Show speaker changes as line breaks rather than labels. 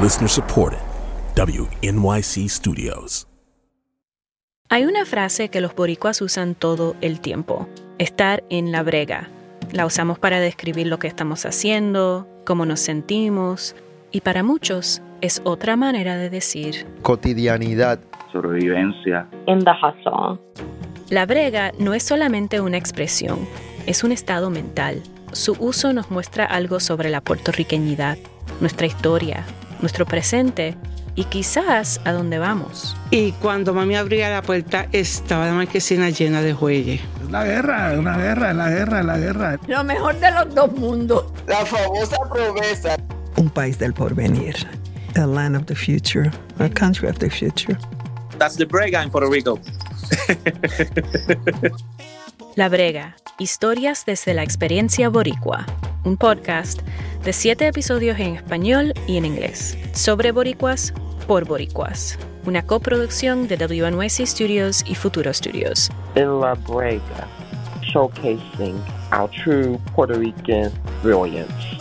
Listener supported. WNYC Studios.
Hay una frase que los boricuas usan todo el tiempo, estar en la brega. La usamos para describir lo que estamos haciendo, cómo nos sentimos, y para muchos es otra manera de decir.
cotidianidad.
sobrevivencia.
in the hustle.
La brega no es solamente una expresión, es un estado mental. Su uso nos muestra algo sobre la puertorriqueñidad, nuestra historia, nuestro presente y quizás a dónde vamos.
Y cuando mami abría la puerta, estaba la marquesina llena de jueyes.
La guerra, una guerra, la guerra, la guerra.
Lo mejor de los dos mundos.
La famosa promesa.
un país del porvenir, a land of the future, a country of the future.
That's the breakdown in Puerto Rico.
La Brega, historias desde la experiencia boricua, un podcast de siete episodios en español y en inglés, sobre boricuas por boricuas, una coproducción de WNYC Studios y Futuro Studios.
En La Brega, showcasing our true Puerto Rican brilliance.